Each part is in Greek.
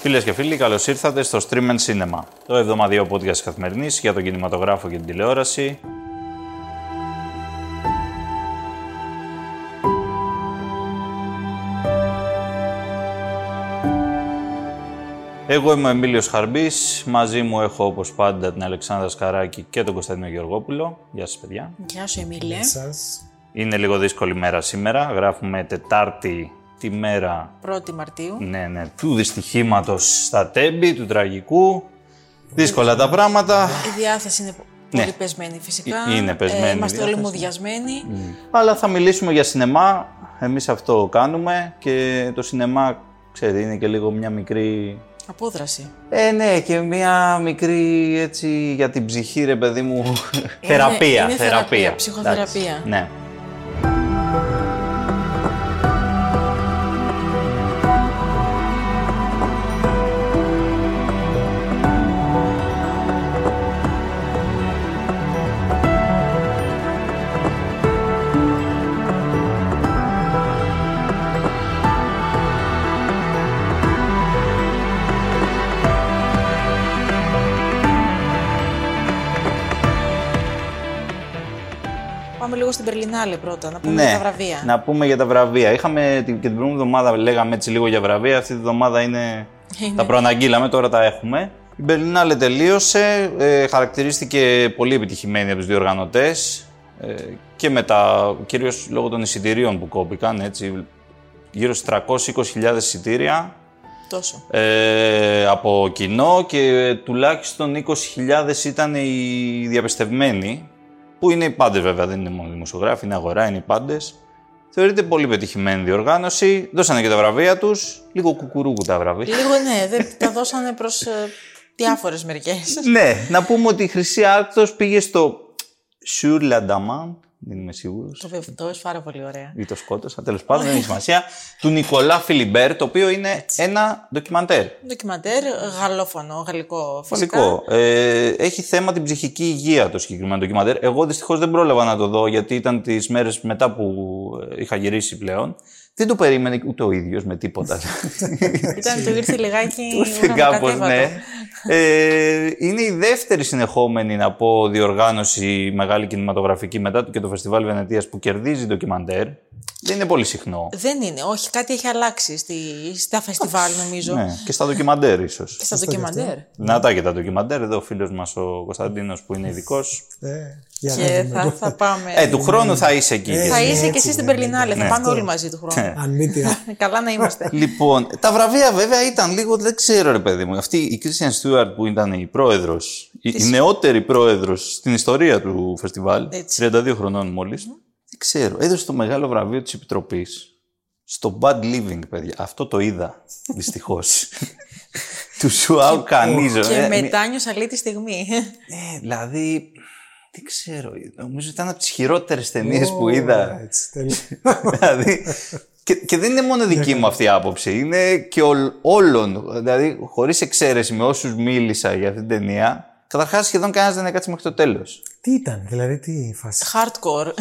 Φίλες και φίλοι, καλώς ήρθατε στο Stream and Cinema, το εβδομαδιαίο podcast καθημερινής για τον κινηματογράφο και την τηλεόραση. Εγώ είμαι ο Εμίλιος Χαρμπής, μαζί μου έχω όπως πάντα την Αλεξάνδρα Σκαράκη και τον Κωνσταντίνο Γεωργόπουλο. Γεια σας παιδιά. Γεια σου, Εμίλια. σας. Είναι λίγο δύσκολη μέρα σήμερα, γράφουμε Τετάρτη τη μέρα 1η Μαρτίου. ναι, ναι, του δυστυχήματος στα τέμπη, του τραγικού. Δύσκολα τα πράγματα. Η διάθεση είναι πο- Ναι. πολύ πεσμένη φυσικά. Ε- είναι πεσμένη η είμαστε όλοι διάθεση. Mm. μουδιασμένοι. Αλλά θα μιλήσουμε για σινεμά. Εμείς αυτό κάνουμε και το σινεμά, ξέρετε, είναι και λίγο μια μικρή. Απόδραση. Ε, ναι, και μια μικρή έτσι για την ψυχή, ρε παιδί μου. θεραπεία, είναι θεραπεία, ψυχοθεραπεία. Εντάξει, Ναι. Πάμε λίγο στην Περλινάλη πρώτα, να πούμε ναι. για τα βραβεία. Να πούμε για τα βραβεία. Είχαμε την, και την προηγούμενη εβδομάδα λέγαμε έτσι λίγο για βραβεία. Αυτή τη εβδομάδα είναι. Είναι. Τα προαναγγείλαμε, τώρα τα έχουμε. Η Μπερλινάλε τελείωσε. Ε, χαρακτηρίστηκε πολύ επιτυχημένη από τους διοργανωτές. Ε, και με τα. κυρίως λόγω των εισιτηρίων που κόπηκαν. Έτσι, γύρω στις 320.000 εισιτήρια Τόσο. ε, από κοινό και τουλάχιστον 20.000 ήταν οι διαπιστευμένοι, που είναι οι πάντες βέβαια, δεν είναι μόνο δημοσιογράφοι, είναι αγορά, είναι οι πάντες. Θεωρείται πολύ πετυχημένη διοργάνωση, δώσανε και τα βραβεία τους, λίγο κουκουρούκου τα βραβεία. Λίγο ναι, δεν τα δώσανε ε, προ διάφορες μερικές. ναι, να πούμε ότι η Χρυσή Άρκτος πήγε στο Σουρ Λανταμάν, δεν είμαι σίγουρος. το βεβαιώ, πάρα πολύ ωραία. ή το σκότωσα, τέλος πάντων, δεν έχει σημασία. του Νικολά Φιλιμπέρ, το οποίο είναι ένα ντοκιμαντέρ. Ντοκιμαντέρ, γαλλόφωνο, γαλλικό φυσικά. Φυσικό. Ε, έχει θέμα την ψυχική υγεία το συγκεκριμένο ντοκιμαντέρ. Εγώ δυστυχώς δεν πρόλαβα να το δω γιατί ήταν τις μέρες μετά που ε, είχα γυρίσει πλέον. Δεν το περίμενε ούτε ο ίδιος με τίποτα. Ήταν το ήρθε λιγάκι Κάπως, ουρανοκατέβατο. ναι. Ε, είναι η δεύτερη συνεχόμενη, να πω, διοργάνωση μεγάλη κινηματογραφική μετά του και το Φεστιβάλ Βενετίας που κερδίζει ντοκιμαντέρ. Δεν είναι πολύ συχνό. Δεν είναι, όχι, κάτι έχει αλλάξει στη, στα φεστιβάλ νομίζω. Ναι, και στα Ναι, ντοκιμαντέρ, ίσως. Και στα ντοκιμαντέρ. Να τα και τα ντοκιμαντέρ. Εδώ ο φίλος μας ο Κωνσταντίνος που είναι ειδικός. Ε, για ναι, να Και δούμε. θα, θα πάμε. Ε, του χρόνου θα είσαι εκεί. θα ναι, είσαι και έτσι, εσύ στην ναι, Περλινάλε. Θα πάνε όλοι μαζί του Ναι. χρόνου. Ε, Αν μη τι άλλο. Καλά να είμαστε. Λοιπόν, τα βραβεία βέβαια ήταν λίγο, δεν ξέρω ρε παιδί μου. Αυτή η Christian Stewart που ήταν η πρόεδρος, η, η νεότερη πρόεδρος στην ιστορία του φεστιβάλ, Έτσι. 32 χρονών μόλις. Δεν ξέρω. Έδωσε το μεγάλο βραβείο της Επιτροπής στο Bad Living, παιδιά. Αυτό το είδα, δυστυχώς. του Σουάου Κανίζο. και Ε, μετά νιώσα λίγο τη στιγμή. ε, δηλαδή, δεν ξέρω. Νομίζω ήταν από τις χειρότερες ταινίες που είδα. Έτσι, τέλεια. δηλαδή, και, και δεν είναι μόνο δική μου αυτή η άποψη, είναι και ολ- όλων. Δηλαδή, χωρίς εξαίρεση με όσους μίλησα για αυτή την ταινία, καταρχάς σχεδόν κανένας δεν έκατσε μέχρι το τέλος. τι ήταν, δηλαδή, τι η φάση. Hardcore.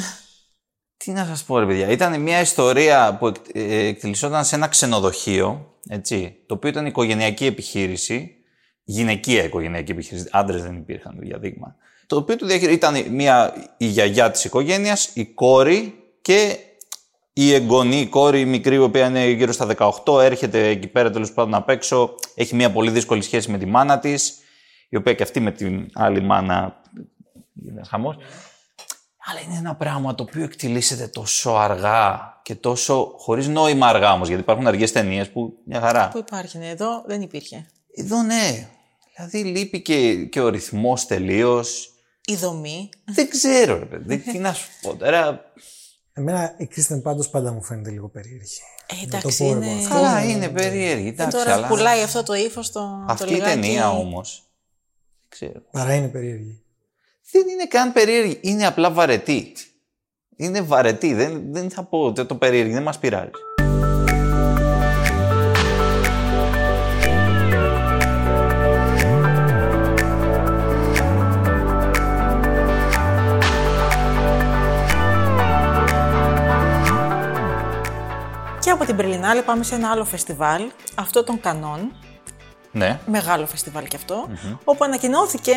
Τι να σας πω, ρε παιδιά. Ήταν μια ιστορία που εκ, ε, εκτελισόταν σε ένα ξενοδοχείο, έτσι, το οποίο ήταν οικογενειακή επιχείρηση, γυναικεία οικογενειακή επιχείρηση. Άντρες δεν υπήρχαν, για δείγμα. Το οποίο του διαχειρι... ήταν μια, η γιαγιά της οικογένειας, η κόρη και η εγγονή, η κόρη, η μικρή, η οποία είναι γύρω στα 18, έρχεται εκεί πέρα τέλος πάντων απ' έξω. Έχει μια πολύ δύσκολη σχέση με τη μάνα της, η οποία και αυτή με την άλλη μάνα. Γίνεται χαμός. Αλλά είναι ένα πράγμα το οποίο εκτιλήσεται τόσο αργά και τόσο χωρίς νόημα αργά όμως. Γιατί υπάρχουν αργές ταινίες που μια χαρά. Πού υπάρχει, ναι, εδώ δεν υπήρχε. Εδώ ναι. Δηλαδή λείπει και, και ο ρυθμός τελείως. Η δομή. Δεν ξέρω, ρε παιδί. Τι να σου πω τώρα. Εμένα η Κρίστεν πάντως πάντα μου φαίνεται λίγο περίεργη. Ε, Να το εντάξει, πω εγώ είναι. αυτό. Καλά, είναι περίεργη. Εντάξει, Τώρα αλλά πουλάει αυτό το ύφος το, το αυτή η λιγάκι. ταινία όμως. Δεν ξέρω. Παρά είναι περίεργη. Δεν είναι καν περίεργη. Είναι απλά βαρετή. Είναι βαρετή. Δεν, δεν θα πω ότι το περίεργη. Δεν μας πειράζει. Και από την Περλινάλη πάμε σε ένα άλλο φεστιβάλ, αυτό των Κανών. Ναι. μεγάλο φεστιβάλ κι αυτο όπου ανακοινώθηκε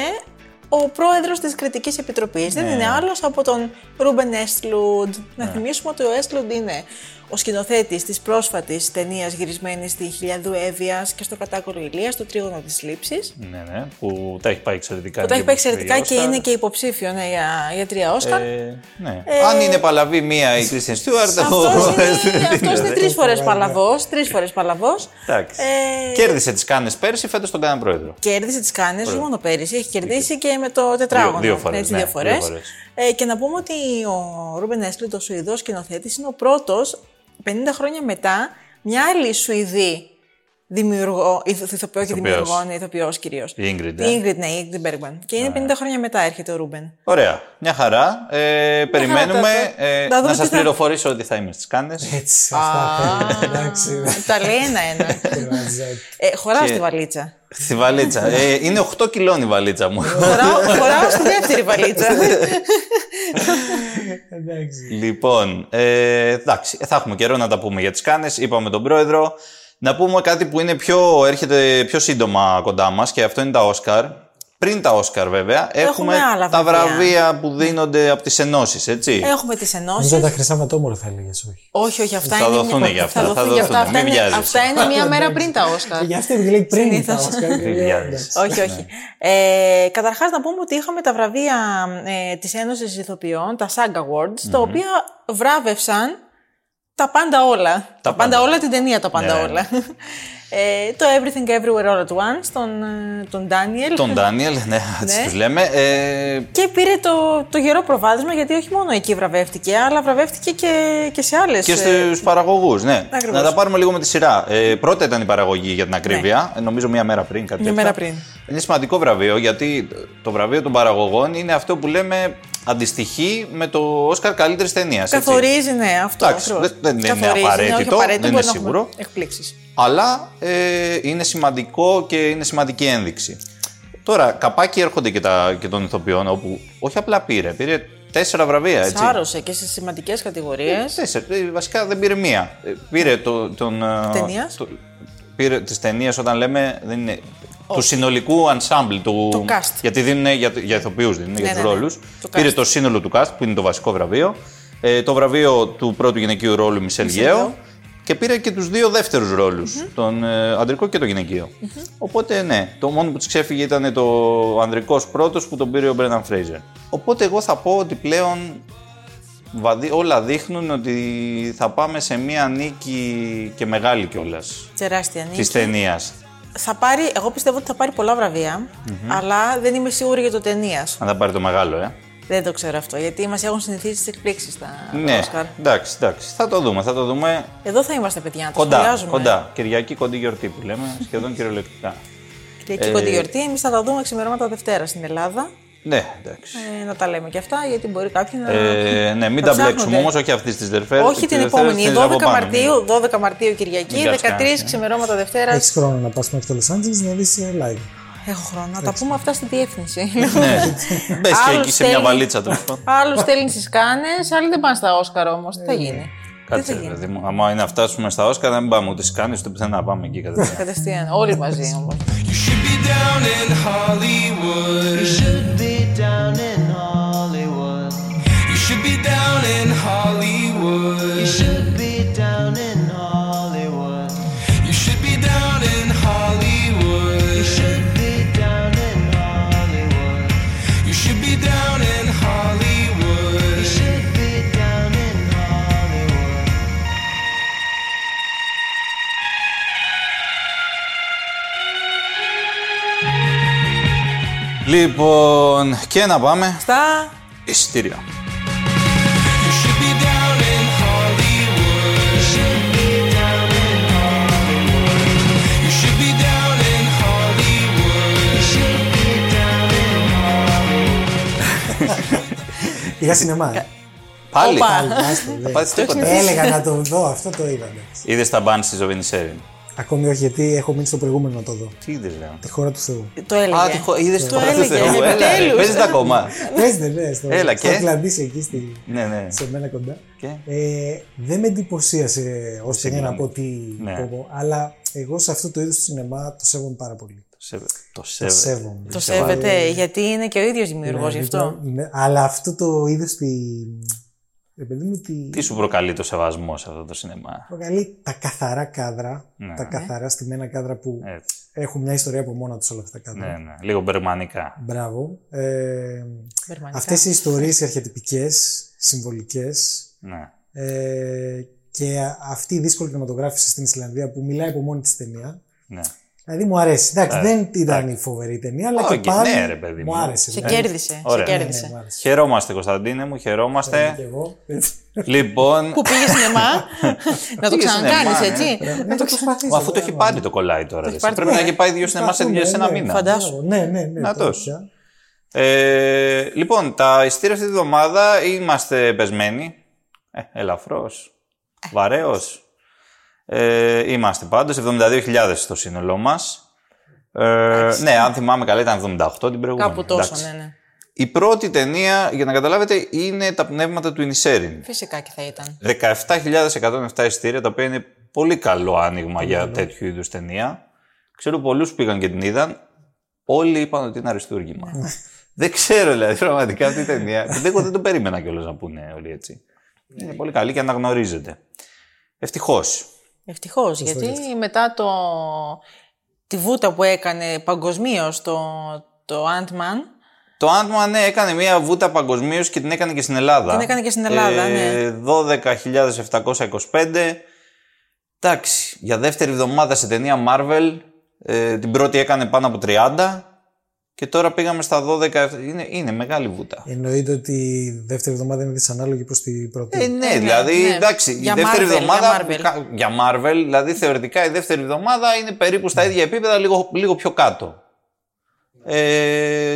ο πρόεδρος της Κριτικής Επιτροπής. Ναι. Δεν είναι άλλος από τον Ρούμπεν Έσλουντ. Να θυμίσουμε ότι ο Έσλουντ είναι ο σκηνοθέτης της πρόσφατης ταινίας γυρισμένης στη Χιλιαδού Εύβοιας και στο Κατάκορο Ηλίας, το Τρίγωνο της Λήψης. ναι, ναι, που τα έχει πάει εξαιρετικά. Που τα έχει και πάει εξαιρετικά και Όσκαρ. είναι και υποψήφιο ναι, για, για τρία Όσκαρ. Ε, ναι. Αν είναι παλαβή μία η Κρίστιαν Στιούαρτ, Αυτός είναι, Έσλουντ ναι. αυτός είναι τρει φορέ παλαβός. Τρεις φορές παλαβός. Εντάξει. Ε, Κέρδισε τις κάνες πέρσι, φέτος τον κάνει πρόεδρο. Κέρδισε τις Κάνες, όχι μόνο πέρυσι, έχει κερδίσει και με το τετράγωνο. Δύο- δύο φορές, Έτσι, ναι, δύο δύο φορές. φορές. Ε, και να πούμε ότι ο Ρούμπεν Έσλιντ, ο Σουηδός σκηνοθέτης, είναι ο πρώτος 50 χρόνια μετά μια άλλη Σουηδή δημιουργό, ηθο- ηθοποιό και Ηθοποιός. δημιουργό, ναι, ηθοποιός κυρίως. Η Ingrid. Η ε. Ingrid, ναι, η Ingrid Bergman. Και είναι 50 χρόνια μετά έρχεται ο Ρούμπεν. Ωραία. Μια χαρά. Ε, περιμένουμε. τότε. Ε, Να να δούμε σα τι θα- πληροφορήσω ότι θα είμαι στις κάνε. Έτσι, αυτά θέλω. Εντάξει. Ε, Τα λέει ένα-ένα. Ραζέτη. Ε, χωράω Και- στη βαλίτσα. Στη βαλίτσα. Ε, είναι 8 κιλών η βαλίτσα μου. χωράω, χωράω στη δεύτερη βαλίτσα. Εντάξει. λοιπόν, ε, εντάξει, θα έχουμε καιρό να τα πούμε για τις κάνες. Είπαμε τον πρόεδρο. Να πούμε κάτι που είναι πιο, έρχεται πιο σύντομα κοντά μας και αυτό είναι τα Όσκαρ. Πριν τα Όσκαρ, βέβαια, έχουμε, άλλα τα βραβεία. βραβεία που δίνονται από τις ενώσεις, έτσι. Έχουμε τις ενώσεις. Νομίζω τα χρυσά μετόμορφα θα έλεγες όχι. Όχι, όχι, αυτά Θα είναι. δοθούνε μια- για αυτά, θα δοθούν για αυτά. δοθούνε, Αυτά μην είναι, βιάζεσαι. αυτά είναι μία μέρα πριν τα Όσκαρ. Και γι' αυτό επειδή λέει πριν τα Συνήθως. Όσκαρ. Τι βιάζεσαι. όχι, όχι. Ε, Καταρχάς, να πούμε ότι είχαμε τα βραβεία ε, της Ένωσης Ηθοποιών, τα SAG Awards, τα οποία βράβευσαν τα πάντα όλα. Τα, πάντα όλα την ταινία, τα πάντα Ναι, ναι. όλα. Ε, το Everything Everywhere All at Once, τον, ε, τον Daniel. Τον Ντάνιελ, ναι, έτσι Ναι. τους λέμε. Ε, Και πήρε το, το γερό προβάδισμα γιατί όχι μόνο εκεί βραβεύτηκε, αλλά βραβεύτηκε και, και σε ε, άλλες. Και στους παραγωγούς, ναι. Ακριβώς. Να τα πάρουμε λίγο με τη σειρά. Ε, πρώτα ήταν η παραγωγή για την ακρίβεια, ε, νομίζω μία μέρα πριν. Κάτι Μια τέτοιο. Ναι. μέρα πριν. Είναι σημαντικό βραβείο γιατί το βραβείο των παραγωγών είναι αυτό που λέμε αντιστοιχεί με το Όσκαρ καλύτερης ταινίας. Καθορίζει, ναι, αυτό. Εντάξει, ακριβώς. δεν- δεν είναι Καθορίζει, ναι, απαραίτητο, όχι απαραίτητο, δεν είναι μπορεί να έχουμε σίγουρο. εκπλήξεις. Αλλά ε, είναι σημαντικό και είναι σημαντική ένδειξη. Τώρα, καπάκι έρχονται και, τα, και των ηθοποιών όπου όχι απλά πήρε, πήρε τέσσερα βραβεία. Έτσι. Σάρωσε και σε σημαντικές κατηγορίες. Τέσσερα. Ε, Βασικά δεν πήρε μία. Ε, Πήρε το, τον. ε, Ταινίας. το- πήρε της ταινίας όταν λέμε. Δεν είναι, του συνολικού ensemble του. Το cast. Γιατί δίνουν για, για ηθοποιούς, δίνουν για ναι, τους ναι. ρόλου. Το Πήρε cast. το σύνολο του cast που είναι το βασικό βραβείο. Ε, το βραβείο του πρώτου γυναικείου ρόλου Μισελ Γέο. Και πήρε και τους δύο δεύτερους τον ε, αντρικό και τον γυναικειο Οπότε ναι, το μόνο που της ξέφυγε ήταν το ανδρικός πρώτος που τον πήρε ο Μπρέναν Φρέιζερ. Οπότε εγώ θα πω ότι πλέον Βαδί- όλα δείχνουν ότι θα πάμε σε μια νίκη και μεγάλη κιόλας Τεράστια νίκη. τη ταινίας. Θα πάρει, εγώ πιστεύω ότι θα πάρει πολλά βραβεία, αλλά δεν είμαι σίγουρη για το ταινίας. Αν θα πάρει το μεγάλο, ε. Δεν το ξέρω αυτό, γιατί μας έχουν συνηθίσει τις εκπλήξεις τα τα ναι, Όσκαρ. εντάξει, εντάξει. Θα το δούμε, θα το δούμε Εδώ θα είμαστε, παιδιά, να το κοντά. σχολιάζουμε. κοντά. Κυριακή κοντή γιορτή που λέμε, σχεδόν κυριολεκτικά. Κυριακή Ε, κοντή γιορτή. Εμείς θα τα δούμε ξημερώματα Δευτέρα στην Ελλάδα. ναι, εντάξει. Ε, να τα λέμε και αυτά, γιατί μπορεί κάποιοι να. Ε, ναι, μην θα τα μπλέξουμε ψάχνονται. όμως, όχι αυτής της Δευτέρας. Όχι την επόμενη, 12 Μαρτίου, 12 Μαρτίου Κυριακή, ναι. Μην κάτσεις 13 κανένας, ναι. ξημερώματα Δευτέρας. Έχεις χρόνο να πας μέχρι το Λο Άντζελε να δεις live. Έχω χρόνο. Να τα πούμε αυτά στη διεύθυνση. Ναι, μπες και Άλλος εκεί σε μια θέλει- βαλίτσα τέλος πάντων. Άλλους στέλνει τι κάνες, άλλοι δεν πάνε στα Όσκαρ όμως. Τι θα γίνει. Ε, Κάτσε, ρε παιδί μου. Άμα είναι να φτάσουμε στα Όσκα, να μην πάμε ούτε σκάνει ούτε πουθενά. Πάμε εκεί κατευθείαν. Κατευθείαν. Όλοι μαζί όμως. You should be down in Hollywood. You should be down in Hollywood. You should be down in Hollywood. You should be down in Hollywood. You should be down in Hollywood. You should be down in Hollywood. You should be down in Hollywood. You should be down in Hollywood. Λοιπόν, και να πάμε Στα. εισιτήρια. You should be down in Hollywood. You should be down in Hollywood. You should be down in Hollywood. You should be down in Hollywood. Πήγα σινεμά. ε. Πάλι. Όπα. Άστο, δε. Πάτησε τίποτα. Έλεγα να το δω, αυτό το είδα. εντάξει. Είδες τα μπαν στη Ζωβενισέρη. Ακόμη όχι, γιατί έχω μείνει στο προηγούμενο να το δω. Τι είδες, ρε. Τη χώρα του Θεού. Το έλεγε. Α, τη χω... είδες το έλεγε. Επιτέλους. Παίζεις τα ακόμα. Παίζεται, ναι, στο, Έλα, στο και? Ατλαντής, εκεί στη, ναι, ναι. σε μένα κοντά. Και? Ε, δεν με εντυπωσίασε ως ταινία να πω τι Ναι. πω, αλλά εγώ σε αυτό το είδος του σινεμά το σέβομαι πάρα πολύ. Σε- Το Το σέβε. σέβομαι. Δηλαδή, Το σέβεται, γιατί είναι και ο ίδιος δημιουργός γι' αυτό. Ναι, αλλά αυτό το είδος τη. Επειδή μου τη. Τι σου προκαλεί το σεβασμό σε αυτό το σινεμά. Προκαλεί τα καθαρά κάδρα, Ναι. τα καθαρά στημένα κάδρα που Έτσι. έχουν μια ιστορία από μόνα τους όλα αυτά τα κάδρα. Ναι, ναι. Λίγο μπερμανικά. Μπράβο. Ε, Γερμανικά. Αυτές οι ιστορίες οι αρχιετυπικές, συμβολικές Ναι. ε, και α- αυτή η δύσκολη κινηματογράφηση στην Ισλανδία που μιλάει από μόνη της ταινία. ναι. Δηλαδή μου αρέσει. Εντάξει, δεν ήταν η φοβερή ταινία, αλλά Ε, Όχι, και πάλι ναι, ρε, παιδί μου. μου άρεσε. Σε δηλαδή. κέρδισε. Σε Ωραία. Ναι, μου κέρδισε. άρεσε. Χαιρόμαστε, Κωνσταντίνε μου, Και χαιρόμαστε. εγώ. λοιπόν, Που πήγες σινεμά να το Πήγες σινεμά, ξανακάνεις, ναι. έτσι. Να το προσπαθήσω. αφού το έχει πάρει το κολλάει τώρα. ρε. πάρει, Πρέπει να έχει πάει δύο σινεμά σε δύο- σε ένα μήνα. Φαντάσου. Ναι, ναι, ναι. Να τώρα τος. πια. Ε, λοιπόν, τα ειστήρια αυτή τη βδομάδα είμαστε πεσμένοι. Ε, ελαφρώς, βαρέως. Ε, είμαστε πάντως, 72.000 στο σύνολό μας. Ε, ναι, αν θυμάμαι καλά ήταν 78 την προηγούμενη. Κάπου τόσο, Εντάξει. ναι, ναι. Η πρώτη ταινία, για να καταλάβετε, είναι τα πνεύματα του Ινισέριν. Φυσικά και θα ήταν. 17.107 εισιτήρια, τα οποία είναι πολύ καλό άνοιγμα για τέτοιου είδους ταινία. Ξέρω πολλούς που πήγαν και την είδαν. Όλοι είπαν ότι είναι αριστούργημα. δεν ξέρω δηλαδή πραγματικά αυτή η ταινία. δεν, εγώ δεν το περίμενα κιόλας να πούνε όλοι έτσι. είναι πολύ καλή και αναγνωρίζεται. Ευτυχώς. Ευτυχώς, γιατί μετά το... τη βούτα που έκανε παγκοσμίως το, το Ant-Man, Το Άντμαν ναι, έκανε μια βούτα παγκοσμίως και την έκανε και στην Ελλάδα. Ε, Την έκανε και στην Ελλάδα, ναι. 12.725. Εντάξει, για δεύτερη εβδομάδα σε ταινία Marvel. Ε, την πρώτη έκανε πάνω από 30. Και τώρα πήγαμε στα 12. Είναι, είναι μεγάλη βούτα. Εννοείται ότι η δεύτερη εβδομάδα είναι δυσανάλογη προς την πρώτη. Ε, ναι, ναι, δηλαδή ναι. εντάξει. Για η δεύτερη Marvel, εβδομάδα. για Marvel. κα- για Marvel, δηλαδή θεωρητικά η δεύτερη εβδομάδα είναι περίπου Ναι. στα ίδια επίπεδα, λίγο, λίγο πιο κάτω. Ε,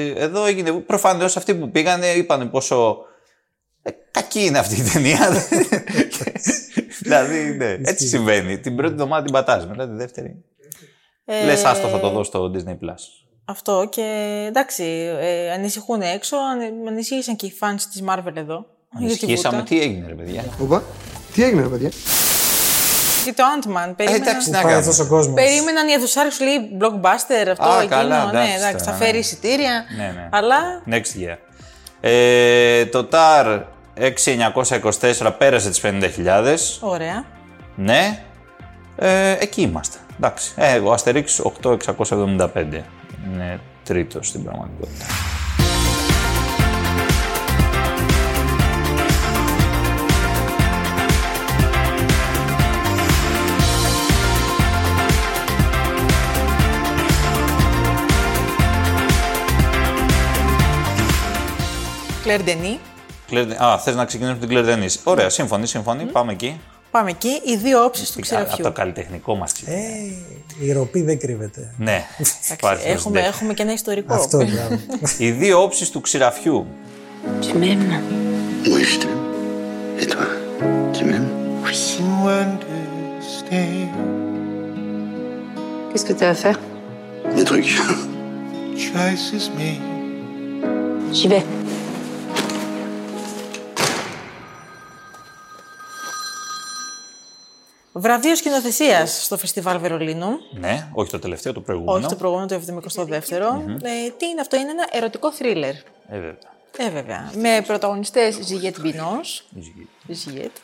εδώ έγινε. Προφανώς αυτοί που πήγανε είπαν πόσο. ε, κακή είναι αυτή η ταινία. δηλαδή, ναι, έτσι συμβαίνει. Την πρώτη εβδομάδα την πατάς, μετά τη δεύτερη. Ε, Λες άστο θα το δω στο Disney Plus. Αυτό και εντάξει, ε, ανησυχούν έξω, ανε- ανησύχησαν και οι fans της Marvel εδώ. για τη Ισχύσαμε, βούτα. τι έγινε, ρε παιδιά. Οπα, τι έγινε ρε παιδιά. Και το Ant-Man, Ε, περίμεναν, εντάξει, να Πάει κάνουμε. αυτός ο κόσμος. περίμεναν οι ενθουσιάρες, σου λέει blockbuster, αυτό, Α, εκείνο, καλά, εντάξει ναι, εντάξει, θα τώρα, φέρει ναι. εισιτήρια, Ναι, ναι. αλλά Next year. Ε, το TAR 6924 πέρασε τις 50.000. ωραία. Ναι. Ε, εκεί είμαστε. Εντάξει. Ε, ο Asterix 8675 είναι τρίτος στην πραγματικότητα. Claire Denis. Claire- Α, θες να ξεκινήσουμε την Claire Denis. Ωραία, σύμφωνοι, σύμφωνοι. Πάμε εκεί. Πάμε εκεί, οι δύο όψεις του Από το ξεραφιού. καλλιτεχνικό μας. Ε, η ροπή δεν κρύβεται. Ναι, υπάρχει ως Έχουμε, δεύτερη. έχουμε και ένα ιστορικό. Αυτό, μπράβο. Οι δύο όψεις του ξηραφιού. Tu m'aimes Oui, je t'aime. Et toi, tu m'aimes Oui. to understand. Qu'est-ce que tu as à faire Des trucs. Choices made. J'y vais. Βραβείο σκηνοθεσίας στο Φεστιβάλ Βερολίνου. Ναι, όχι το τελευταίο, το Όχι προηγούμενο. το προηγούμενο, το 72ο. Ε, τι είναι αυτό, είναι ένα ερωτικό θρίλερ. Ε, βέβαια. Ε, βέβαια. Με πρωταγωνιστές Ζιγέτ Μπινό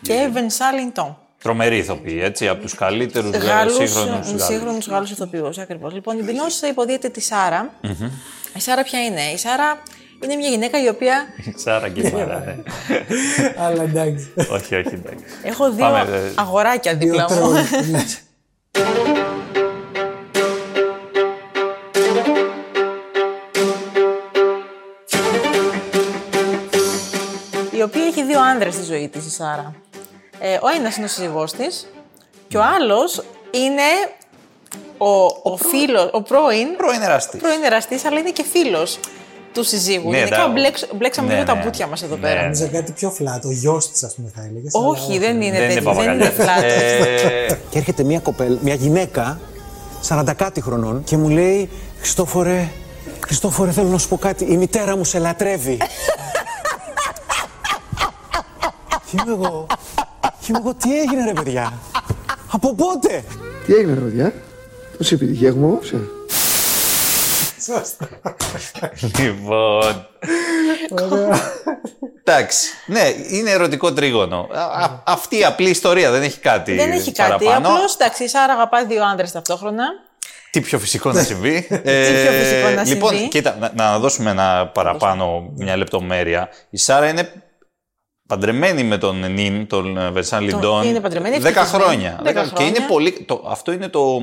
και Βενσά Λιντόν. Τρομερή ηθοποιή, έτσι, από τους καλύτερους ε, Γάλλους, σύγχρονους Γάλλους. σύγχρονους Γάλλους ηθοποιούς. Ακριβώς. Λοιπόν, η Μπινός υποδίεται τη σαρα Η Σάρα ποια είναι, η Σάρα είναι μια γυναίκα η οποία. Σάρα και μάρα, ναι. Αλλά εντάξει. όχι, όχι, εντάξει. Έχω δύο Πάμε, ε, αγοράκια δίπλα μου. Τρόλ. Ναι. η οποία έχει δύο άνδρες στη ζωή της, η Σάρα. Ε, ο ένας είναι ο σύζυγός της και ο άλλος είναι ο, ο, φίλος, ο πρώην, Πρώην εραστής. πρώην εραστής, αλλά είναι και φίλος του συζύγου. Ναι, Γενικά τα- μπλέξ- μπλέξαμε Ναι, λίγο ναι. τα μπουτια μας εδώ Ναι. πέρα. Νομίζω κάτι πιο flat. Ο γιος της, ας πούμε, θα έλεγες. Όχι, δεν είναι Δεν είναι τέτοιο. Δεν παπαγκαλιά. είναι φλάτο. Ε, Και έρχεται μια κοπέλα, μια γυναίκα, 40 κάτι χρονών, και μου λέει: Χριστόφορε, Χριστόφορε, θέλω να σου πω κάτι. Η μητέρα μου σε λατρεύει. και είμαι εγώ. Και είμαι εγώ, τι έγινε ρε παιδιά. Από πότε. Τι έγινε, ρε παιδιά. Πώς επιτυχία έχουμε απόψε. Σωστά. Λοιπόν. Εντάξει. Ναι, είναι ερωτικό τρίγωνο. Α- α- αυτή η απλή ιστορία δεν έχει κάτι. Δεν έχει κάτι. παραπάνω. Απλώς εντάξει, η Σάρα αγαπάει δύο άντρες ταυτόχρονα. Τι πιο φυσικό να συμβεί. Ε, Τι πιο φυσικό να λοιπόν, συμβεί. κοίτα, να, να δώσουμε ένα παραπάνω, μια λεπτομέρεια. Η Σάρα είναι παντρεμένη με τον Νιν, τον ε, Βερσάν Λιντόν. είναι παντρεμένη, Δέκα ευτυχισμένη. χρόνια. Δέκα Και είναι χρόνια. πολύ, το, αυτό είναι το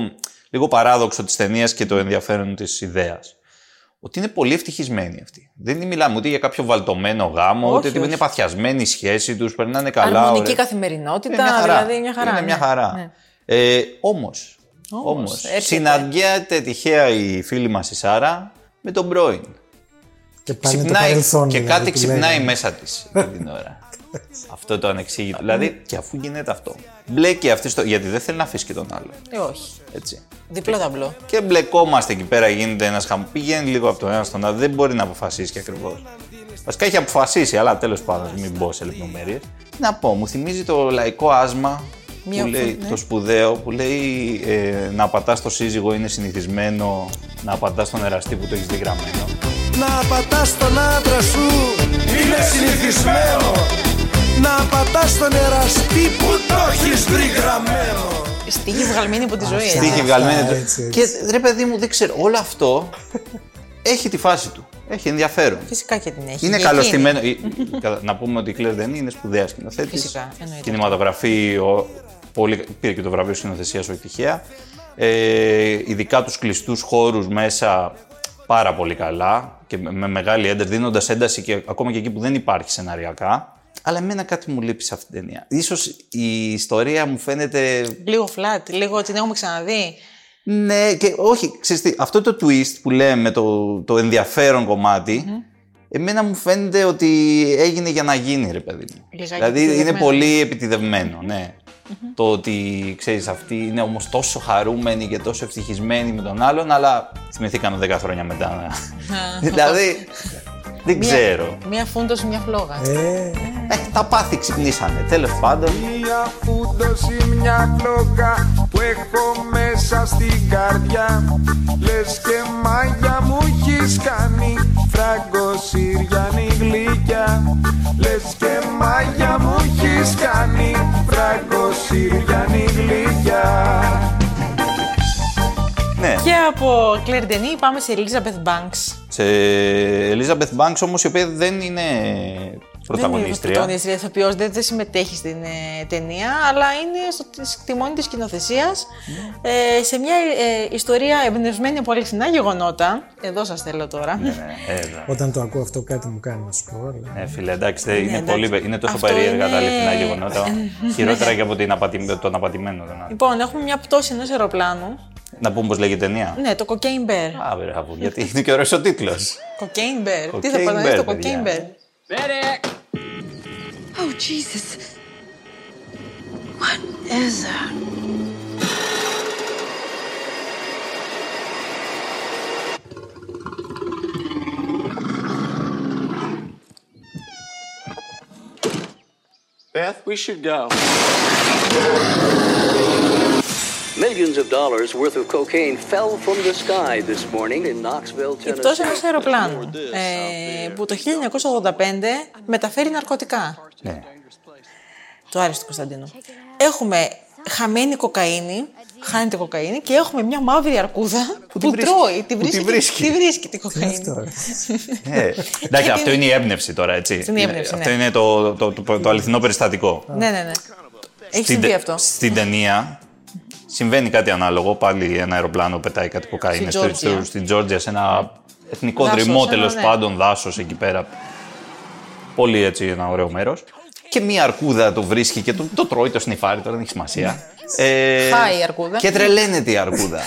λίγο παράδοξο της ταινίας και το ενδιαφέρον της ιδέας. Ότι είναι πολύ ευτυχισμένοι αυτοί. Δεν μιλάμε ούτε για κάποιο βαλτωμένο γάμο, Όχι, ούτε τίποτα. όχι. είναι παθιασμένη η σχέση τους, περνάνε καλά. Αρμονική ωραία. καθημερινότητα, Είναι μια χαρά. δηλαδή μια χαρά. Είναι ναι. μια χαρά. Ναι. Ε, όμως, Όμως, όμως έρχεται. συναντιέται τυχαία η φίλη μας η Σάρα με τον πρώην. Και πάνε το παρελθόν. και δηλαδή, κάτι που λέγανε. ξυπνάει μέσα της εκείνη την ώρα. αυτό το ανεξήγητο. δηλαδή, και αφού γίνεται αυτό, μπλέκει αυτή στο... Γιατί δεν θέλει να αφήσει και τον άλλο. Ε, όχι. Έτσι. Διπλό ταμπλό. Και μπλεκόμαστε εκεί πέρα, γίνεται ένας χαμός. Πηγαίνει λίγο από τον ένα στον άλλο, δεν μπορεί να αποφασίσει και ακριβώς. Βασικά έχει αποφασίσει, αλλά τέλος πάντων, μην μπω σε λεπτομέρειες. Να πω, μου θυμίζει το λαϊκό άσμα Μια που φου- λέει, ναι. το σπουδαίο που λέει ε, να πατάς το σύζυγο είναι συνηθισμένο, να πατάς τον εραστή που το έχεις δει γραμμένο. Να πατάς τον άντρα σου Είναι συνηθισμένο Να πατάς τον εραστή που το έχεις βρει γραμμένο Στοίχη βγαλμένη από τη ζωή. Τι έτσι. έχει αυτά, βγαλμένη. το- έτσι, Και ρε παιδί μου, δεν ξέρω, όλο αυτό έχει τη φάση του. Έχει ενδιαφέρον. Φυσικά και την έχει. Είναι Και καλωστημένο. Ε, κατά- να πούμε ότι η Κλέρ Ντενή είναι σπουδαία σκηνοθέτης. Φυσικά, εννοείται. Κινηματογραφεί. ο- πολύ, πήρε και το βραβείο σκηνοθεσία όχι τυχαία. Ε, ειδικά τους κλειστούς χώρους μέσα πάρα πολύ καλά και με- με μεγάλη ένταση, δίνοντας ένταση και ακόμα και εκεί που δεν υπάρχει σεναριακά. Αλλά εμένα κάτι μου λείπει σε αυτή την ταινία. Ίσως η ιστορία μου φαίνεται εκείνη. Λίγο φλατ, λίγο την έχουμε ξαναδεί. ναι, και όχι, ξέρεις τι, αυτό το twist που λέμε, το, το ενδιαφέρον κομμάτι, εμένα μου φαίνεται ότι έγινε για να γίνει, ρε παιδί μου. Λιγάκι δηλαδή είναι επιτηδευμένο. πολύ επιτιδευμένο, ναι. Το ότι, ξέρεις, αυτή είναι όμως τόσο χαρούμενη και τόσο ευτυχισμένη με τον άλλον, αλλά θυμηθήκαμε 10 χρόνια μετά. δηλαδή, δεν ξέρω. Μία φούντωση, μία φλόγα. Ε, Ε, τα πάθη ξυπνήσανε, τέλος πάντων. Μια φούντωση, μια κλόκα που έχω μέσα στην καρδιά Λες και μάγια μου έχεις κάνει Φράγκο Συριανή γλυκιά Λες και μάγια μου έχεις κάνει Φράγκο Συριανή γλυκιά Ναι. Και από Κλέρ Ντενή πάμε σε Elizabeth Banks. Σε Elizabeth Banks όμως, η οποία δεν είναι πρωταγωνίστρια. Δεν είναι ηθοποιός, δεν, δεν συμμετέχει στην ε, ταινία, αλλά είναι στο στη τιμόνι της σκηνοθεσίας ε, σε μια ε, ιστορία εμπνευσμένη από αληθινά γεγονότα. Εδώ σας θέλω τώρα. Ε, ε, όταν το ακούω αυτό, κάτι μου κάνει να σου πω. Αλλά... Ναι, φίλε, εντάξει, δεν- είναι, εντάξει. πολύ, είναι τόσο Αυτό περίεργα τα είναι- Ναι. αληθινά γεγονότα. Χειρότερα και από την απατη... τον απατημένο. τον άλλο. Λοιπόν, έχουμε μια πτώση ενός αεροπλάνου. Να πούμε πώς λέγεται η ταινία. Ναι, το Cocaine Bear. Α, βρε, αφού, γιατί είναι και ωραίος ο τίτλος. Cocaine Bear. Τι θα Cocaine πω να Bear, είναι το παιδιά. Cocaine Bear. Oh, Jesus. What is that? Beth, we should go. Millions of dollars worth of cocaine fell from the sky this morning in Knoxville, Η πτώση ενός Tennessee. αεροπλάνου ε, που το 1985 μεταφέρει ναρκωτικά. ναι. Το Άρης του Κωνσταντίνου. Έχουμε χαμένη κοκαίνη, χάνεται κοκαίνη και έχουμε μια μαύρη αρκούδα που, την βρίσκει. τρώει, τη Που βρίσκει, τη και- βρίσκει. τη βρίσκει τη κοκαίνη. Αυτό. ρε. Ε, εντάξει, αυτό είναι η έμπνευση τώρα, έτσι. είναι η έμπνευση, Αυτό ναι. είναι το, το, το, το αληθινό περιστατικό. Ναι, ναι, ναι. Έχει συμβεί τε- αυτό. Στην ταινία συμβαίνει κάτι ανάλογο. Πάλι ένα αεροπλάνο πετάει κάτι που κάνει Στην στο- Τζόρτζια. στο- στην Τζόρτζια, σε ένα εθνικό Δάσος, δρυμό ένα, τέλος ναι. πάντων, δάσος εκεί πέρα. Πολύ έτσι ένα ωραίο μέρος. Και μία αρκούδα το βρίσκει και το, το τρώει, το σνιφάρει, τώρα δεν έχει σημασία. Ε, Χάει η αρκούδα. Και τρελαίνεται η αρκούδα.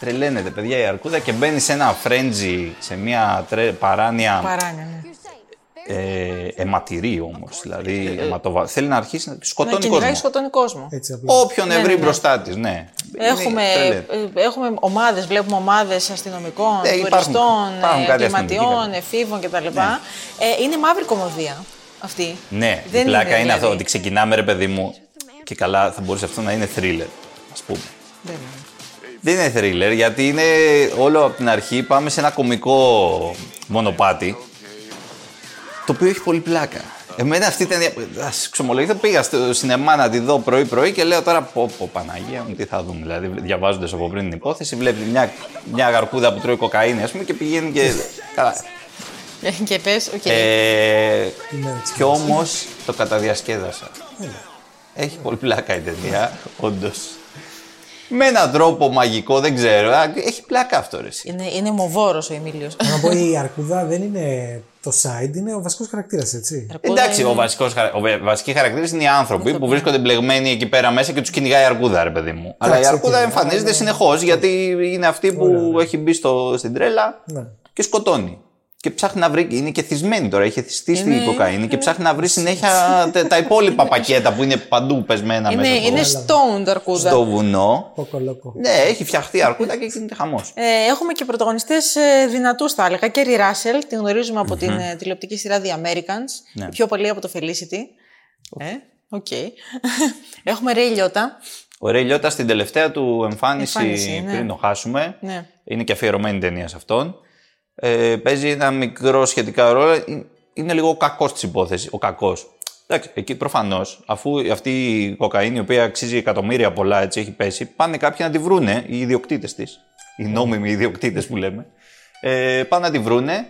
Τρελαίνεται, παιδιά, η αρκούδα και μπαίνει σε ένα φρέντζι, σε μια τρε- παράνοια. Παράνοια, ναι. Ε, αιματηρή όμω. Δηλαδή, αιματοβα... θέλει να αρχίσει να τη Ε, Να σκοτώνει κυνηγάει κόσμο. σκοτώνει κόσμο. Έτσι απλά. Όποιον Ναι, ευρύ ναι, ναι. μπροστά της, ναι. Είναι Έχουμε, τρελή. ε, έχουμε ομάδες, βλέπουμε ομάδες αστυνομικών, Ε, υπάρχουν- τουριστών, υπάρχουν ε, κάτι εγκληματιών, αστυνομικοί, εφήβων κτλ. Ε, είναι μαύρη κομμωδία αυτή. Ναι, Δεν η πλάκα είναι, δηλαδή. αυτό ότι ξεκινάμε ρε παιδί μου και καλά θα μπορούσε αυτό να είναι thriller, ας πούμε. Δεν είναι. Δεν είναι thriller γιατί είναι όλο από την αρχή πάμε σε ένα κομικό μονοπάτι το οποίο έχει πολύ πλάκα. Εμένα αυτή ήταν. Α ξομολογηθώ, πήγα στο σινεμά να τη δω πρωί-πρωί και λέω τώρα πω, πω Παναγία μου, τι θα δούμε. Δηλαδή, διαβάζοντας από πριν την υπόθεση, βλέπει μια, μια γαρκούδα που τρώει κοκαίνη, ας πούμε, και πηγαίνει και. καλά. Και πες, οκ. Ε, Είναι έτσι. Κι όμως το καταδιασκέδασα. Έχει πολύ πλάκα η ταινία, όντως. Με έναν τρόπο μαγικό, δεν ξέρω. Α, Έχει πλάκα αυτό, ρε. εσύ. Είναι, είναι μοβόρος ο Εμίλιος. Να πω η Αρκούδα δεν είναι το side, είναι ο βασικός χαρακτήρας, έτσι. Ε. Εντάξει, ο βασικός, χαρα- ο βε- βασικοί χαρακτήρες είναι οι άνθρωποι που βρίσκονται μπλεγμένοι εκεί πέρα μέσα και τους κυνηγάει η αρκούδα, ρε παιδί μου. Αλλά η Εντάξει, αρκούδα οκ. εμφανίζεται συνεχώς γιατί είναι αυτή που έχει μπει στο, στην τρέλα Ναι. και σκοτώνει. Και ψάχνει να βρει. Είναι και θυσμένη τώρα, έχει θυστεί στην κοκαίνη και ψάχνει να βρει συνέχεια τα- τα υπόλοιπα πακέτα που είναι παντού πεσμένα Είναι, μέσα. στο- είναι stoned αρκούδα. στο βουνό. Πόκο λόκο. Ναι, έχει φτιαχτεί η αρκούδα και γίνεται χαμός. Ε, έχουμε και πρωταγωνιστές δυνατούς, θα έλεγα. Κέρι Ράσελ, την γνωρίζουμε από την ε, τηλεοπτική σειρά The Americans. Ναι. η Πιο πολύ από το Felicity. Ε, οκ. έχουμε Ρέι Λιώτα. Ο Ρέι Λιώτα στην τελευταία του εμφάνιση, Εμφάνιση, ναι. πριν το χάσουμε. Ναι. Είναι και αφιερωμένη ταινία σε αυτόν. Ε, παίζει ένα μικρό σχετικά ρόλο. Ε, Είναι λίγο ο κακός της υπόθεσης. Ο κακός. Εντάξει, εκεί προφανώς, αφού αυτή η κοκαίνη, η οποία αξίζει εκατομμύρια πολλά, έτσι έχει πέσει, πάνε κάποιοι να τη βρούνε, οι ιδιοκτήτες της. Οι νόμιμοι ιδιοκτήτες που λέμε. Ε, πάνε να τη βρούνε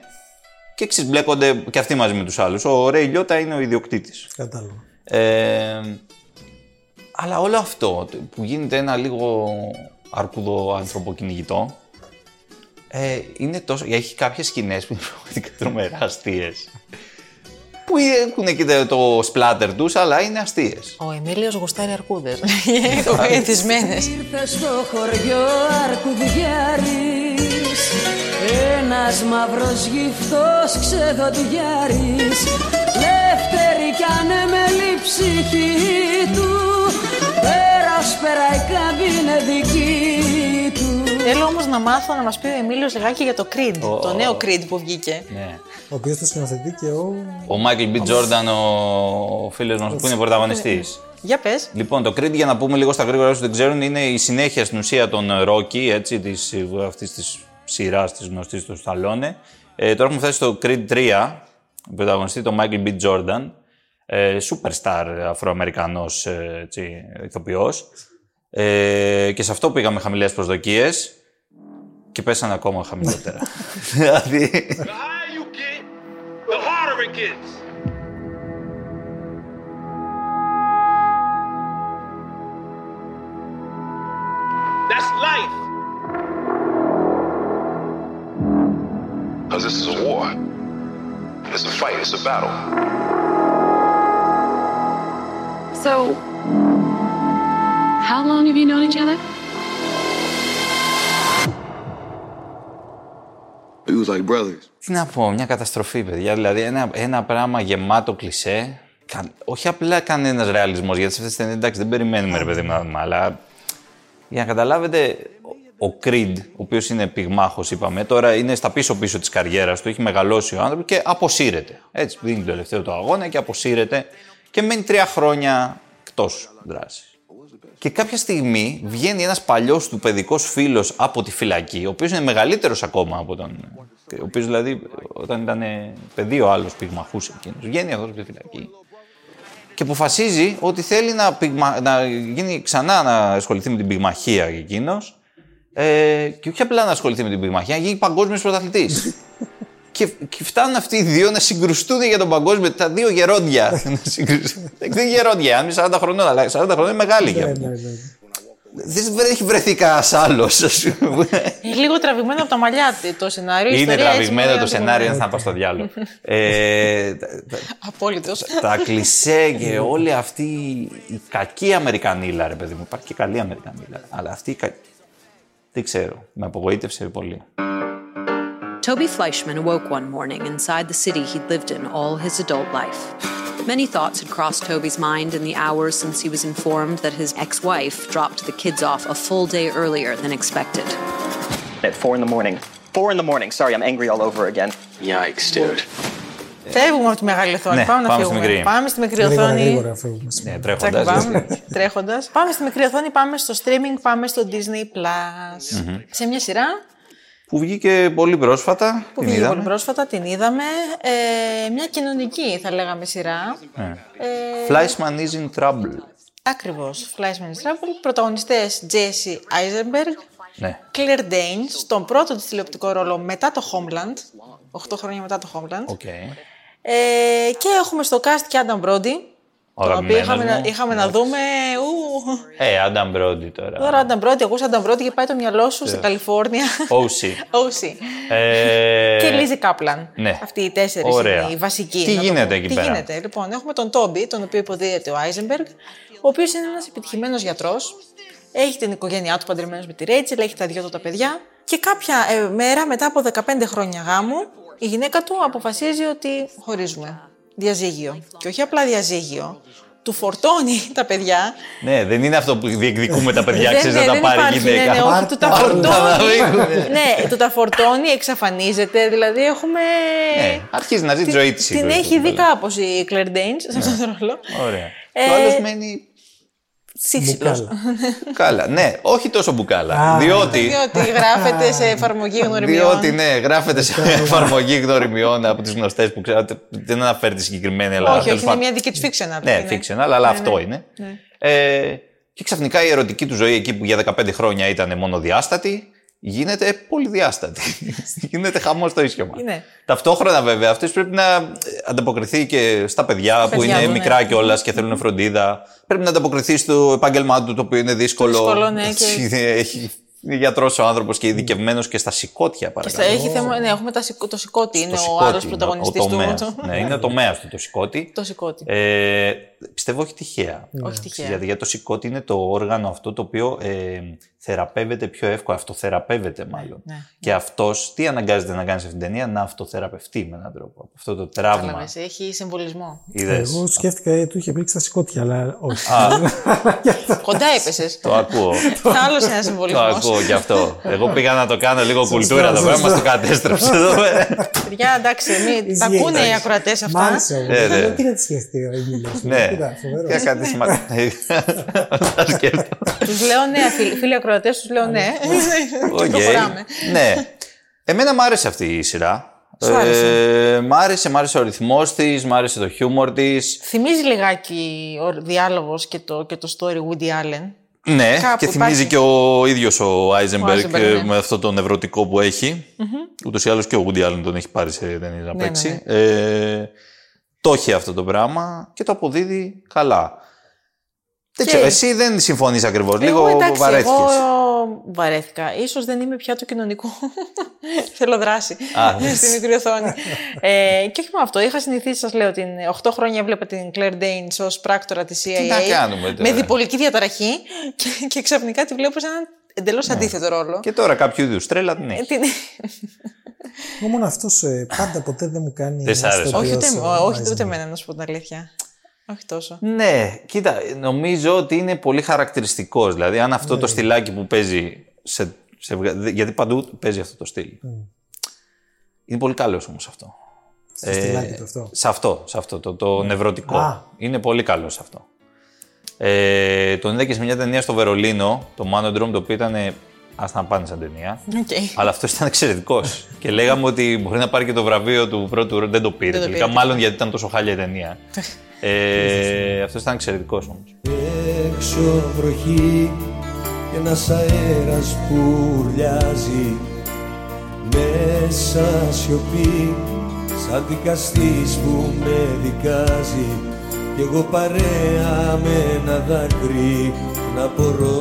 και ξυσμπλέκονται και αυτοί μαζί με τους άλλους. Ο Ρέι Λιώτα είναι ο ιδιοκτήτης. Κατάλαβα. Ε, αλλά όλο αυτό που γίνεται ένα λίγο αρκούδο ανθρωποκυνηγητό ε, είναι τόσο. Έχει κάποιες σκηνές που είναι πραγματικά τρομερά αστείες. που έχουν εκεί το σπλάτερ τους, αλλά είναι αστείες. Ο Εμίλιος γουστάρει αρκούδες. Εθισμένε. Ήρθε στο χωριό Αρκουδιάρης Ένας μαύρος γυφτός ξεδοντιάρης Λεύτερη κι ανέμελη ψυχή του Πέρας πέρα η καμπίνε δική του Θέλω όμως να μάθω να μας πει ο Εμίλιος λιγάκι για το Creed. Το νέο Creed που βγήκε. Ναι. Ο οποίος το σκηνοθετεί και ο. Ο Μάικλ Μπι Τζόρνταν, ο φίλος μας που είναι πρωταγωνιστής. Για πες. Λοιπόν, το Creed, για να πούμε λίγο στα γρήγορα όσοι δεν ξέρουν, είναι η συνέχεια στην ουσία των ε, Rocky, έτσι, της, ε, αυτής της σειράς της γνωστής του Σταλόνε. Ε, τώρα έχουμε φτάσει στο Creed 3, πρωταγωνιστή τον Michael B. Jordan, ε, superstar αφροαμερικανός ε, έτσι, ηθοποιός. Ε, και σε αυτό πήγαμε χαμηλές προσδοκίες και πέσανε ακόμα χαμηλότερα. δηλαδή, The higher you get, the harder it gets. That's life. Because this is a war. It's a fight, it's a battle. So, how long have you known each other? We was like brothers. Τι να πω, μια καταστροφή, παιδιά. Δηλαδή, ένα, ένα πράγμα γεμάτο κλισέ. Κα- όχι απλά κανένας ρεαλισμός, γιατί σε αυτές τις ταινίες εντάξει, δεν περιμένουμε ρε παιδί μου να δούμε, αλλά. Για να καταλάβετε, ο ο Creed, ο οποίος είναι πυγμάχος, είπαμε, τώρα είναι στα πίσω-πίσω της καριέρας του, έχει μεγαλώσει ο άνθρωπος και αποσύρεται. Έτσι, δίνει το τελευταίο του αγώνα και αποσύρεται και μένει τρία χρόνια εκτός δράσης. Και κάποια στιγμή βγαίνει ένας παλιός του παιδικός φίλος από τη φυλακή, ο οποίος είναι μεγαλύτερος ακόμα από τον. Ο οποίος δηλαδή όταν ήταν ε, παιδί ο άλλος πυγμαχούσε εκείνος. Βγαίνει αυτό από τη φυλακή και αποφασίζει ότι θέλει να, πυγμα... να γίνει ξανά να ασχοληθεί με την πυγμαχία εκείνος. Ε, και όχι απλά να ασχοληθεί με την πυγμαχία, να γίνει παγκόσμιος πρωταθλητής. και, και φτάνουν αυτοί οι δύο να συγκρουστούν για τον παγκόσμιο. Τα δύο γερόντια. να συγκρουστούν. Δεν γερόντια, αν είναι 40 χρονών, αλλά 40 χρονών είναι μεγάλη για Ναι, αυτούς. ναι, ναι. Δεν βρε- έχει βρεθεί κανένας άλλος. Είναι Ε, λίγο τραβηγμένο από τα μαλλιά τη το σενάριο. Η Είναι ιστορία έτσι τραβηγμένο μπορεί να το την σενάριο, πούμε. δεν θα πάω στο διάλογο. ε, τα- τα- Απόλυτο. τα κλισέ και όλη αυτή η κακή Αμερικανίλα, ρε παιδί μου. Υπάρχει και καλή Αμερικανίλα. Αλλά αυτή η κακή. Δεν ξέρω. Με απογοήτευσε πολύ. Toby Fleischman awoke one morning inside the city he'd lived in all his adult life. Many thoughts had crossed Toby's mind in the hours since he was informed that his ex wife dropped the kids off a full day earlier than expected. At four in the morning. Four in the morning. Sorry, I'm angry all over again. Yikes, dude. Φεύγουμε από τη μεγάλη οθόνη. Ναι, πάμε να πάμε στη φύγουμε. μικρή. Πάμε στη μικρή Γρήγορα, οθόνη. γρήγορα Ναι, Τσακ, τρέχοντας. πάμε. Τρέχοντας. Πάμε στη μικρή οθόνη, πάμε στο streaming, πάμε στο Disney Plus. Μμμ. Σε μια σειρά Που βγήκε πολύ πρόσφατα. που την βγήκε είδαμε. πολύ πρόσφατα, την είδαμε. Ε, μια κοινωνική, θα λέγαμε, σειρά. Ναι. Ε, Fleischman is in trouble. Ακριβώς. Fleischman's Trouble. Πρωταγωνιστές Jesse Eisenberg, Ναι. Claire Danes, στον πρώτο της τηλεοπτικό ρόλο μετά το Homeland. 8 χρόνια μετά το Homeland. Οκ. Ε, και έχουμε στο cast και Adam Brody, τον οποίο Αγαπημένος είχαμε, να, μου. είχαμε να δούμε. Ου, Ε, Adam Brody τώρα. τώρα Adam Brody, ακούσα Adam Brody και πάει το μυαλό σου Ε. στην Καλιφόρνια. OC. Όση. Ε, Και Λίζη Κάπλαν. ναι. Αυτοί οι τέσσερι Ωραία. είναι οι βασικοί. Τι να το γίνεται πούμε. εκεί Τι πέρα? γίνεται. Λοιπόν, έχουμε τον Τόμπι, τον οποίο υποδίεται ο Άιζενμπεργκ, ο οποίος είναι ένας επιτυχημένος γιατρός. Έχει την οικογένειά του παντρεμένος με τη Ρέιτσελ, έχει τα δυο του τα παιδιά. Και κάποια ε, μέρα, μετά από 15 χρόνια γάμου, η γυναίκα του αποφασίζει ότι χωρίζουμε. Διαζύγιο. Και όχι απλά διαζύγιο. Του φορτώνει τα παιδιά Ναι, δεν είναι αυτό που διεκδικούμε τα παιδιά, δεν- ξέρεις, ναι, να τα δεν πάρει η υπάρχει, γυναίκα. Ναι, ναι, όχι, του τα Πάρ' να φορτώνει. δείχνουμε. ναι, του τα φορτώνει, εξαφανίζεται. Δηλαδή έχουμε. Ναι, αρχίζει να ζει τη Την- ζωή της. η Ναι. Την κοπέλα. έχει δει κάπως η Claire Danes σε αυτόν τον ρόλο. Ωραία. Ε, Ο άλλος μένει. σύξυλος. Καλά, ναι, όχι τόσο μπουκάλα. Διότι. Διότι γράφεται σε εφαρμογή ναι, γνωριμιών. Διότι ναι, γράφεται σε εφαρμογή γνωριμιών από τις γνωστές που ξέρω ότι δεν αναφέρει τη συγκεκριμένη Ελλάδα. Όχι, όχι, τέλος είναι πάντων. μια δική τη fiction αυτή. Ναι, fictional, αλλά Ναι, αυτό ναι. είναι. Ναι. Ε, και ξαφνικά η ερωτική του ζωή εκεί που για 15 χρόνια ήταν μονοδιάστατη, γίνεται πολυδιάστατη. γίνεται χαμός στο ίσιωμα. Ναι. Ταυτόχρονα βέβαια αυτή πρέπει να ε, ανταποκριθεί και στα παιδιά Στα που παιδιά είναι του, ναι. μικρά κιόλας και θέλουν φροντίδα. Πρέπει να ανταποκριθεί στο επάγγελμά του το οποίο είναι δύσκολο. δύσκολο, ναι, και- Είναι- έχει- Είναι γιατρός ο άνθρωπος και ειδικευμένος και στα σηκώτια Και στα- παρακαλώ. Έχει θέμα, ναι, έχουμε τα σηκώ- το σηκώτη, είναι Το ο σηκώτη άλλος είναι πρωταγωνιστή ο τομέας. του. Ναι, είναι τομέας του το σηκώτη. Το σηκώτη. Ε, πιστεύω όχι τυχαία. Ναι. Όχι τυχαία. Γιατί για το σηκώτη είναι το όργανο αυτό το οποίο ε, θεραπεύεται πιο εύκολα, αυτοθεραπεύεται μάλλον. Ναι. Και αυτός τι αναγκάζεται να κάνει σε αυτήν την ταινία, να αυτοθεραπευτεί με έναν τρόπο. Από αυτό το τραύμα. Κατάλαβες, Έχει συμβολισμό. Είδες. Εγώ σκέφτηκα, ε, του είχε πλήξει τα σηκώτια, αλλά όχι. Κοντά έπεσες. Το ακούω. Άλλος ένας το συμβολισμό. ακούω κι αυτό. Εγώ πήγα να το κάνω λίγο Σωστά, κουλτούρα εδώ πέρα, σωστά. μας το κατέστρεψε εδώ πέρα. Παιδιά, εντάξει, μην τα Ισχύει, ακούνε οι εντάξει. ακροατές Μ' αυτά. άρεσε όμως. Ε, ναι. Λέω, Τι να τη σκεφτεί η Emilia, ας πούμε. Ναι. Κοίτα, φοβερό. Για κάτι σημαντικό. Θα σκέφτομαι. Τους λέω ναι, φίλοι, φίλοι ακροατές, τους λέω ναι. Και Οκ. προχωράμε. ναι. Εμένα μ' άρεσε αυτή η σειρά. Σου άρεσε. Ε, μ' άρεσε, μ' άρεσε ο ρυθμός της, μ' άρεσε το χιούμορ της. Θυμίζει λιγάκι ο διάλογος και το, και το story Woody Allen. Ναι, Κάπου και θυμίζει υπάρχει. και ο ίδιος ο Άιζενμπεργκ ε, Eisenberg, ναι. με αυτό το νευρωτικό που έχει. Ούτως ή άλλως και ο Woody Allen τον έχει πάρει σε ταινίες να Ναι, παίξει. Ε, το έχει αυτό το πράγμα και το αποδίδει καλά. Δεν Και- ξέρω, εσύ δεν συμφωνείς ακριβώς, εγώ, λίγο εντάξει, βαρέθηκες. εγώ βαρέθηκα. Ίσως δεν είμαι πια του κοινωνικού. Θέλω δράση Α, στη μικρή οθόνη. ε, και όχι μόνο αυτό. Είχα συνηθίσει, σας λέω, την 8 χρόνια βλέπα την Claire Danes ως πράκτορα της CIA. Τι να κάνουμε τώρα. Με διπολική διαταραχή και, και ξαφνικά τη βλέπω σε έναν εντελώς αντίθετο ρόλο. Ναι. Και τώρα κάποιο είδους τρέλα ναι. την Ε, έχει. την- Εγώ μόνο αυτός πάντα ποτέ δεν μου κάνει. Δεν σ' άρεσε. αστοποιός όχι, ούτε, ο όχι, Eisenberg. ούτε εμένα, να σου πω την αλήθεια. Όχι τόσο. Ναι, κοίτα, νομίζω ότι είναι πολύ χαρακτηριστικός. Δηλαδή, αν αυτό Ναι. το στυλάκι που παίζει. Σε, σε βγα- δε- γιατί παντού παίζει αυτό το στυλ. Είναι πολύ καλός όμως αυτό. Στο Ε, στυλάκι του αυτό. Σε αυτό, σε αυτό το, Ναι. το νευρωτικό. Α. Είναι πολύ καλό σε αυτό. Ε, τον είδα και σε μια ταινία στο Βερολίνο, το Manodrome, το οποίο ήταν. Ας να πάνε σαν ταινία. Οκ. Αλλά αυτός ήταν εξαιρετικός. και λέγαμε ότι μπορεί να πάρει και το βραβείο του πρώτου ρόλου. Δεν το πήρε Δεν το τελικά. πήρε. Ναι. Μάλλον γιατί ήταν τόσο χάλια η ταινία. ε, αυτός ήταν εξαιρετικός όμως. Έξω βροχή ένας αέρας που ουρλιάζει Μέσα σιωπή σαν δικαστής που με δικάζει Κι εγώ παρέα με ένα δάκρυ να μπορώ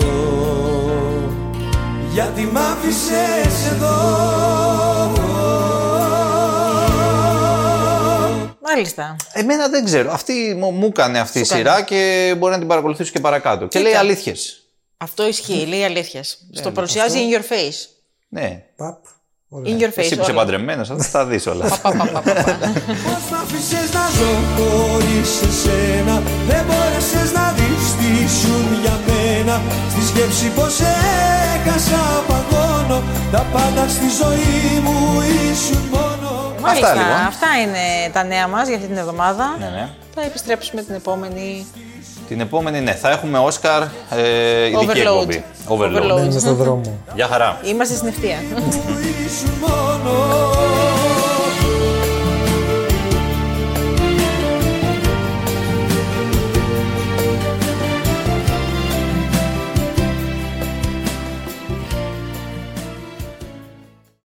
Γιατί μ' άφησες εδώ Μάλιστα. Εμένα δεν ξέρω. Αυτή μου, μου έκανε αυτή η σειρά και μπορεί να την παρακολουθήσω και παρακάτω. Και λέει αλήθειες. Αυτό ισχύει, λέει αλήθεια. Στο λοιπόν, παρουσιάζει αυτό- in your face. Ναι. Παπ. In your face. Εσύ που είσαι όλα. παντρεμένος, θα τα δεις όλα. Πώς θα αφήσεις να ζω χωρίς εσένα Δεν μπόρεσες να δεις τι ήσουν για μένα Στη σκέψη πως έχασα παγώνω Τα πάντα στη ζωή μου ήσουν μόνο Μάλιστα, αυτά, είναι τα νέα μας για αυτή την εβδομάδα. λοιπόν. Ναι, ναι. Θα επιστρέψουμε την επόμενη. Την επόμενη, ναι, θα έχουμε Όσκαρ ε, ειδική Overload. εκπομπή. Overload. Ναι, είμαι στον Γεια χαρά. Είμαστε στην ευθεία. ήσουν μόνο